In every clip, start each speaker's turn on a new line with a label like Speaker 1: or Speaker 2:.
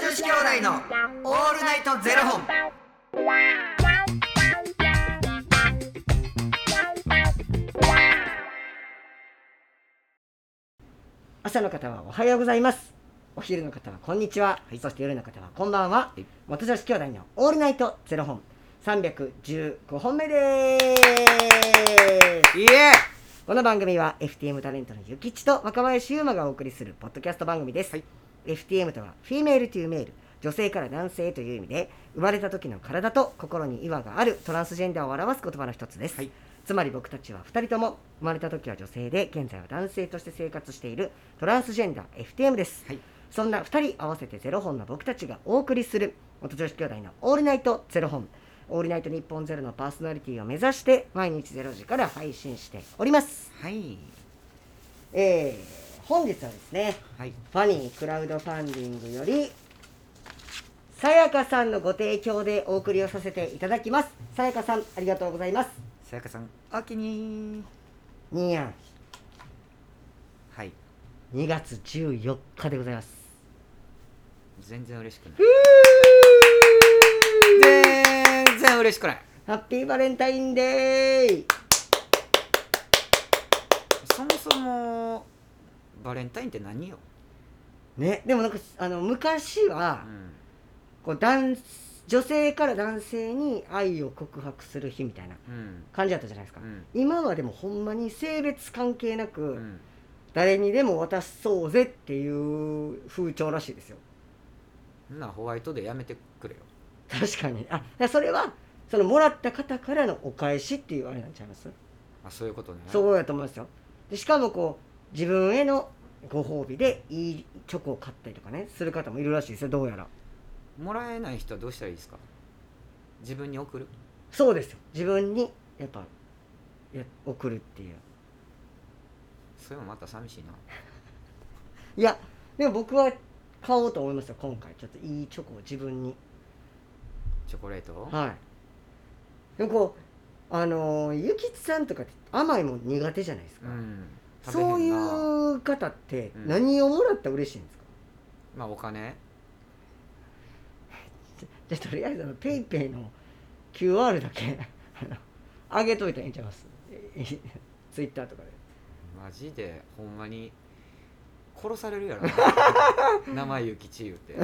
Speaker 1: 子兄弟のオールナイトゼロ本。
Speaker 2: 朝の方はおはようございますお昼の方はこんにちは、そして夜の方はこんばんは、元女子兄弟のオールナイトゼロ本315本目です
Speaker 1: いえ。
Speaker 2: この番組は FTM タレントのゆきちと若林優馬がお送りするポッドキャスト番組です、FTM とはフィメールというメール女性から男性という意味で生まれた時の体と心に違和があるトランスジェンダーを表す言葉の一つです、
Speaker 1: はい
Speaker 2: つまり僕たちは2人とも生まれた時は女性で現在は男性として生活しているトランスジェンダー FTM です、
Speaker 1: はい
Speaker 2: そんな2人合わせてゼロ本の僕たちがお送りする元女子兄弟の「オールナイトゼロ本」「オールナイト日本ゼロのパーソナリティを目指して毎日ゼロ時から配信しております、
Speaker 1: はい。
Speaker 2: えー、本日はですね
Speaker 1: はい。
Speaker 2: ファニークラウドファンディングよりさやかさんのご提供でお送りをさせていただきますさやかさんありがとうございます
Speaker 1: さやかさん、おきに。
Speaker 2: にやん
Speaker 1: はい。
Speaker 2: 2月14日でございます
Speaker 1: 全然嬉しくない。全然嬉しくない。
Speaker 2: ハッピーバレンタインデー
Speaker 1: そもそも。バレンタインって何よ。
Speaker 2: ねでもなんかあの昔は、
Speaker 1: うん。
Speaker 2: こう男女性から男性に愛を告白する日みたいな
Speaker 1: うん。
Speaker 2: 感じだったじゃないです
Speaker 1: う
Speaker 2: か、
Speaker 1: ん。
Speaker 2: 今はでもほんまに性別関係なく、
Speaker 1: うん。
Speaker 2: 誰にでも渡そうぜっていう風潮らしいですよ
Speaker 1: なホワイトでやめてくれよ。
Speaker 2: 確かにあだからそれはそのもらった方からのお返しっていうあれなんちゃいます、
Speaker 1: あ、そういうことね。
Speaker 2: そうやと思いますよでしかもこう自分へのご褒美でいいチョコを買ったりとかねする方もいるらしいですよどうやら
Speaker 1: もらえない人はどうしたらいいですか自分に送る
Speaker 2: そうですよ自分にやっぱや送るっていう
Speaker 1: それもまた寂しいない
Speaker 2: やでも僕は買おうと思いますよ今回ちょっといいチョコを自分に
Speaker 1: チョコレートを
Speaker 2: はいでもこうあのーゆきちさんとかって甘いもん苦手じゃないですか、
Speaker 1: うん食べへんな
Speaker 2: そういう方って
Speaker 1: うん
Speaker 2: 何をもらったら嬉しいんですか、
Speaker 1: まあお金
Speaker 2: じゃあとりあえずあのペイペイの QR だけあの上げといたらいいんちゃいますツイッターとかで
Speaker 1: マジでほんまに殺されるや ろな生ゆきち言うて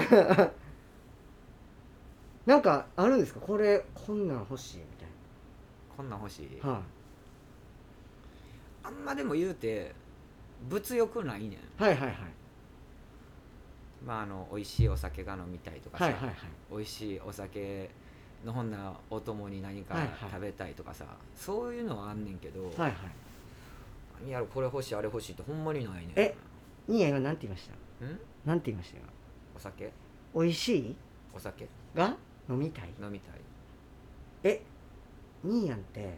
Speaker 2: なんかあるんですかこれこんなん欲しいみたい
Speaker 1: こんなん欲しい
Speaker 2: なはい
Speaker 1: あんまでも言うて物欲ないねん
Speaker 2: はいはいはい
Speaker 1: まああの美味しいお酒が飲みたいとかさ、
Speaker 2: はいはいはい
Speaker 1: 美味しいお酒のほんなお供に何か
Speaker 2: はいはい
Speaker 1: 食べたいとかさ、そういうのはあんねんけど、
Speaker 2: はいはい
Speaker 1: 何やろこれ欲しいあれ欲しいってほんまにないねん
Speaker 2: えニーヤ今なんて言いました
Speaker 1: うん
Speaker 2: なんて言いましたよ
Speaker 1: お酒
Speaker 2: 美味しい
Speaker 1: お酒
Speaker 2: が飲みたい
Speaker 1: 飲みたい
Speaker 2: えニーヤンって
Speaker 1: う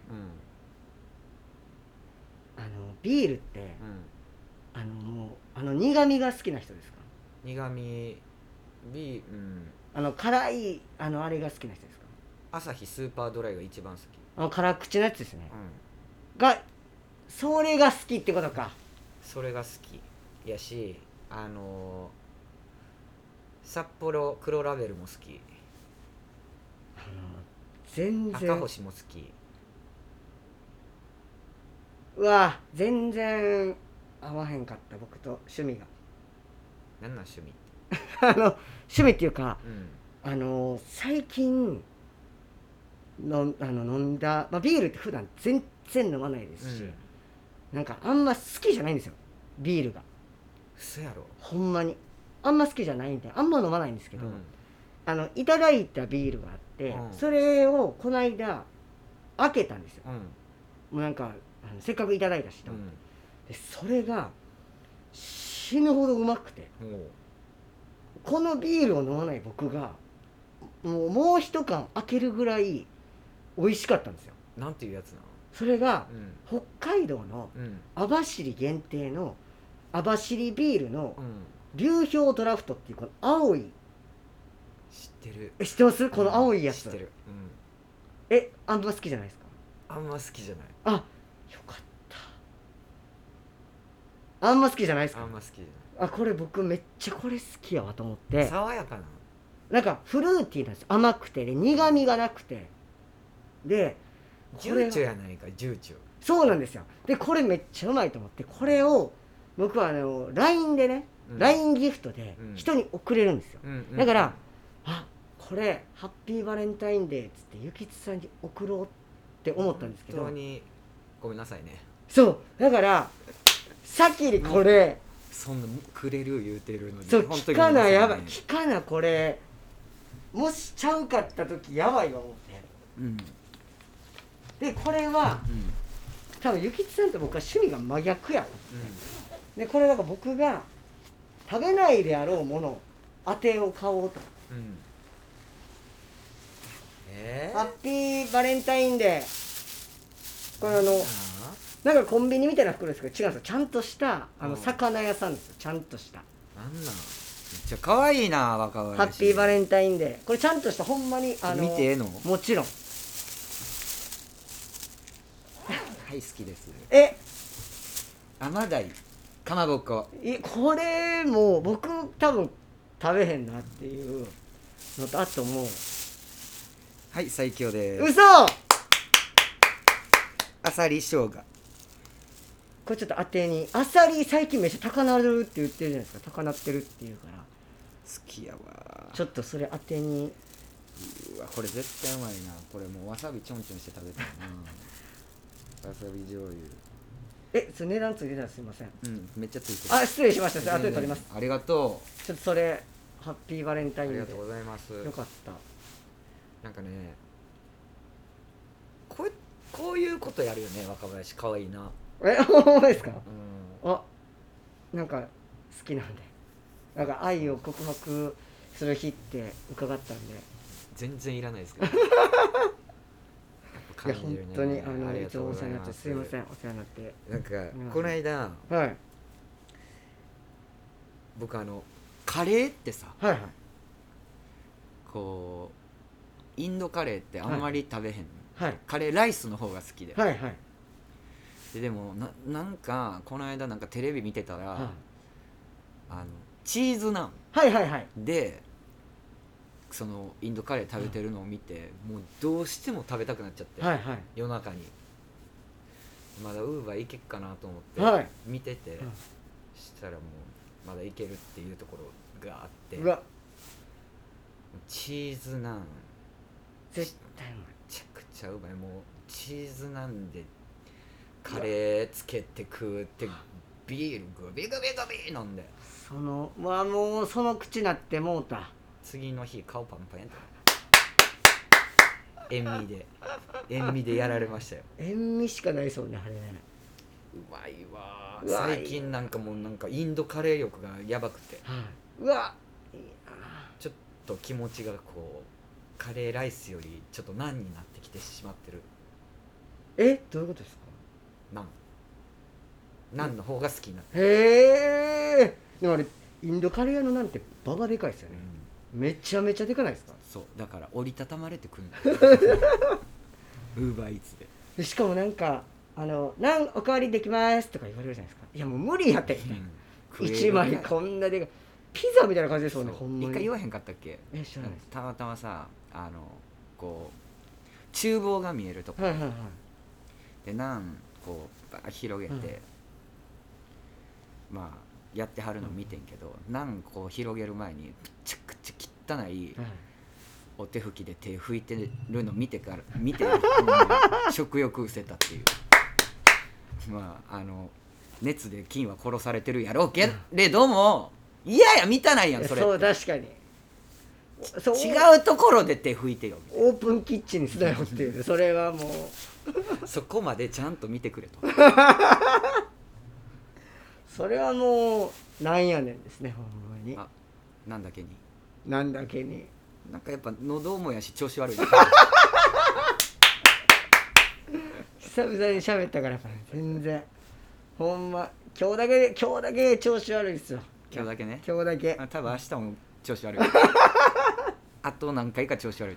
Speaker 2: あのビールって
Speaker 1: んうん
Speaker 2: あのもうあの苦味が好きな人ですか
Speaker 1: 苦味ビーうん
Speaker 2: あの辛いあのあれが好きな人ですか
Speaker 1: 朝日スーパードライが一番好き
Speaker 2: あの辛口のやつですね
Speaker 1: うん
Speaker 2: がそれが好きってことか
Speaker 1: それが好きやしあのー札幌黒ラベルも好き
Speaker 2: あの全
Speaker 1: 赤
Speaker 2: 然
Speaker 1: 星も好き
Speaker 2: うわ全然合わへんかった僕と趣味が
Speaker 1: なんなん趣味って
Speaker 2: あの趣味っていうか
Speaker 1: うん
Speaker 2: あの最近のあの飲んだ、まあ、ビールって普段全然飲まないですし、
Speaker 1: うん
Speaker 2: なんかあんま好きじゃないんですよビールが
Speaker 1: 嘘やろ
Speaker 2: ほんまにあんま好きじゃないんであんま飲まないんですけ
Speaker 1: う
Speaker 2: ど、
Speaker 1: ん
Speaker 2: あのいただいたビールがあって、
Speaker 1: うん
Speaker 2: それをこの間開けたんですよ
Speaker 1: うん
Speaker 2: もうなんかあのせっかくいただいたしと、でそれが死ぬほどうまくて
Speaker 1: うんも
Speaker 2: このビールを飲まない僕がもうもう一缶開けるぐらい美味しかったんですよ
Speaker 1: うなんていうやつな
Speaker 2: それが
Speaker 1: の
Speaker 2: 北海道の
Speaker 1: うんうん
Speaker 2: 網走限定の網走ビールの
Speaker 1: うん
Speaker 2: 流氷ドラフトっていうこの青い
Speaker 1: 知ってる
Speaker 2: え知ってますこの青いやつ、
Speaker 1: 知ってるうん
Speaker 2: えあんま好きじゃないですか
Speaker 1: あんま好きじゃない
Speaker 2: あよかったあんま好きじゃないです
Speaker 1: あ
Speaker 2: か
Speaker 1: んま好きじゃ
Speaker 2: あこれ僕めっちゃこれ好きやわと思っ
Speaker 1: ない
Speaker 2: て
Speaker 1: 爽やかな
Speaker 2: なんかフルーティーなんですよ甘くてで苦みがなくてで
Speaker 1: ジ
Speaker 2: こ
Speaker 1: ュ
Speaker 2: れ
Speaker 1: ー
Speaker 2: が
Speaker 1: チュやないかジューチュ
Speaker 2: そうなんですよでこれめっちゃうまいと思ってこれを僕はあの LINE でね、
Speaker 1: うん
Speaker 2: LINE ギフトで
Speaker 1: うん
Speaker 2: 人に送れるんですよ、
Speaker 1: うんうん
Speaker 2: だからあこれハッピーバレンタインデーっつってゆきつさんに送ろうって思ったんですけど
Speaker 1: 本当にごめんなさいね
Speaker 2: そうだから先にこれ、
Speaker 1: そんなくれる言うてるのに
Speaker 2: そう
Speaker 1: 本当
Speaker 2: 聞
Speaker 1: にご
Speaker 2: か
Speaker 1: めんさ
Speaker 2: なや
Speaker 1: ね
Speaker 2: ばい聞かなこれもしちゃうかった時やばいわ思っ
Speaker 1: うん
Speaker 2: てでこれは
Speaker 1: うんうん
Speaker 2: 多分ゆきつさんと僕は趣味が真逆やでこれなんか僕が食べないであろうもの当てを買おうと
Speaker 1: うんえー、
Speaker 2: ハッピーバレンタインデーこれあの
Speaker 1: あ
Speaker 2: なんかコンビニみたいな袋ですけど違うんですよちゃんとしたあの
Speaker 1: うん
Speaker 2: 魚屋さんですよちゃんとした
Speaker 1: ーなんなんめっちゃ可愛いな若林
Speaker 2: ハッピーバ
Speaker 1: ン
Speaker 2: レンタインデーこれちゃんとしたほんまにあの
Speaker 1: 見てええの
Speaker 2: もちろん
Speaker 1: はい好きです
Speaker 2: え
Speaker 1: 甘鯛かまぼっこ
Speaker 2: いこれもう僕多分食べへんなっていうのとあともう
Speaker 1: はい最強です
Speaker 2: 嘘
Speaker 1: あさり生姜
Speaker 2: これちょっと当てにアサリ最近めっちゃ高鳴るって言ってるじゃないですか高鳴ってるっていうから
Speaker 1: 好きやわ
Speaker 2: ちょっとそれ当てに
Speaker 1: うわこれ絶対うまいなこれもうわさびちょんちょんして食べたいなわさび醤油
Speaker 2: えそれ値段ついてたらすいません
Speaker 1: うんめっちゃついてる
Speaker 2: あ失礼しましたそれ後で取ります
Speaker 1: ありがと
Speaker 2: ちょっとそれハッピーバレンタ
Speaker 1: うあ
Speaker 2: イン
Speaker 1: り
Speaker 2: デ
Speaker 1: が
Speaker 2: ー
Speaker 1: とうございます
Speaker 2: よかった
Speaker 1: なんかねこうこういうことやるよね若林可愛いな
Speaker 2: えほんまですか
Speaker 1: うん
Speaker 2: あなんか好きなんでなんか愛を告白する日って伺ったんで
Speaker 1: 全然いらないです けど
Speaker 2: いや本当にあの
Speaker 1: り
Speaker 2: い
Speaker 1: が
Speaker 2: つ
Speaker 1: とう
Speaker 2: もお
Speaker 1: ご
Speaker 2: 世話にな
Speaker 1: ざ
Speaker 2: っ
Speaker 1: ま
Speaker 2: てすいませんお世話になって
Speaker 1: なんか、
Speaker 2: ん
Speaker 1: この間
Speaker 2: はい
Speaker 1: 僕あのカレーってさ
Speaker 2: はいはい
Speaker 1: こうインドカレーってあんまり食べへん、
Speaker 2: はい
Speaker 1: カレーライスの方が好きで,、
Speaker 2: はいはい
Speaker 1: ででもななんかこの間なんかテレビ見てたら、あのチーズナン
Speaker 2: はいはいはい
Speaker 1: でそのインドカレー食べてるのを見て、もうどうしても食べたくなっちゃって、
Speaker 2: はいはい
Speaker 1: 夜中にまだウーバー行けっかなと思って、
Speaker 2: はい
Speaker 1: 見てて、
Speaker 2: ん
Speaker 1: したらもうまだ行けるっていうところがあって
Speaker 2: うわ
Speaker 1: チーズナンめ
Speaker 2: 絶対うまい
Speaker 1: ちゃくちゃうまいもうチーズナンでカレーつけて食ってビールグビグビグビ飲んで
Speaker 2: そのまあもうその口なってもうた
Speaker 1: 次の日顔パンパンやった塩味で塩味でやられましたよ
Speaker 2: 塩味しかないそうねあれね
Speaker 1: うまいわ
Speaker 2: うわ
Speaker 1: 最近なんかもうなんかインドカレー欲がやばくて
Speaker 2: はいうわいいな
Speaker 1: ちょっと気持ちがこうカレーライスよりちょっとナンになってきてしまってる
Speaker 2: えどういうことですか
Speaker 1: ナンナンの方が好きになって
Speaker 2: へえでもあれインドカレー屋のなんてババでかいですよ
Speaker 1: る、
Speaker 2: ねめちゃめちゃでかないですか
Speaker 1: そうだから折りたたまれて くるウーバーイーツで
Speaker 2: でしかもなんかあの「なんおかわりできます」とか言われるじゃないですかいやもう無理やって一枚こんなでかいピザみたいな感じです
Speaker 1: そ
Speaker 2: も
Speaker 1: うん
Speaker 2: ねほんま
Speaker 1: 一回言
Speaker 2: に
Speaker 1: わへんかったっけ
Speaker 2: え知らないです
Speaker 1: たまたまさあのこう厨房が見えるとこ
Speaker 2: はいはいはい
Speaker 1: でナンこうバーッ広げて、まあやってはるの見てんけど、ナンこう広げる前にめちゃくちゃ汚い
Speaker 2: はい
Speaker 1: お手拭きで手拭いてるの見てから見 てうん食欲失せたっていうまああの熱で菌は殺されてるやろうけれどもいやいや満たないやんそれ
Speaker 2: そう確かにそう
Speaker 1: 違うところで手拭いてよ
Speaker 2: オープンキッチンにすなよって いうそれはもう
Speaker 1: そこまでちゃんと見てくれと
Speaker 2: それはもうなんやねんですねほんまに
Speaker 1: あなんだっけに
Speaker 2: なんだけに
Speaker 1: なんかやっぱ喉もやし調子悪いな
Speaker 2: 久々に喋ったからやっぱね全然ほんま今日だけで今日だけ調子悪いっすよ
Speaker 1: 今日だけね
Speaker 2: 今日だけ
Speaker 1: あ多分明日も調子 悪いあと何回か調子悪い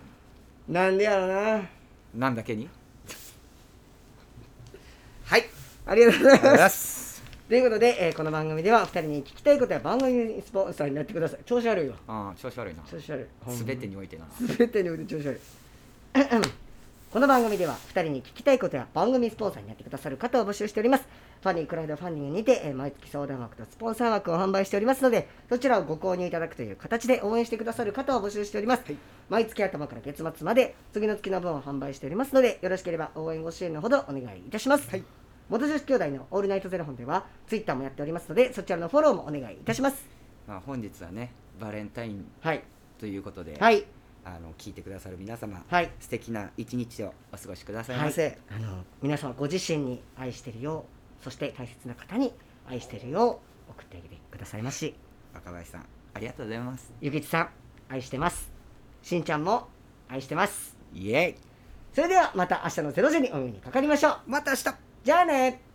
Speaker 2: なんでやろな
Speaker 1: なんだっけにはい
Speaker 2: ありがとうござい
Speaker 1: ありがとうご
Speaker 2: ます
Speaker 1: ざいます
Speaker 2: ということで、えーこの番組ではお二人に聞きたいことや番組にスポンサーになってください調子悪いわ
Speaker 1: ああ調子悪いな
Speaker 2: 調子悪い
Speaker 1: 全てにおいてな
Speaker 2: 全てにおいて調子悪いこの番組では2人に聞きたいことや番組スポンサーになってくださる方を募集しておりますファニークラウドファンディングにてえー毎月相談枠とスポンサー枠を販売しておりますのでそちらをご購入いただくという形で応援してくださる方を募集しております、毎月頭から月末まで次の月の分を販売しておりますのでよろしければ応援ご支援のほどお願いいたします、元女子兄弟のオールナイトゼロ本ではツイッターもやっておりますのでそちらのフォローもお願いいたします
Speaker 1: まあ本日はねバレンタイン
Speaker 2: はい
Speaker 1: ということで、
Speaker 2: はい
Speaker 1: あの聞いてくださる皆様、
Speaker 2: はい
Speaker 1: 素敵な一日をお過ごしください
Speaker 2: は
Speaker 1: ま
Speaker 2: い
Speaker 1: せ、、
Speaker 2: あの皆さんご自身に愛してるようそして大切な方に愛してるよう送ってあげてくださいまし
Speaker 1: 若林さんありがとうございます
Speaker 2: ゆきちさん愛してますしんちゃんも愛してます
Speaker 1: イエイ
Speaker 2: それではまた明日の0時にお目にかかりましょう
Speaker 1: また明日
Speaker 2: じゃあね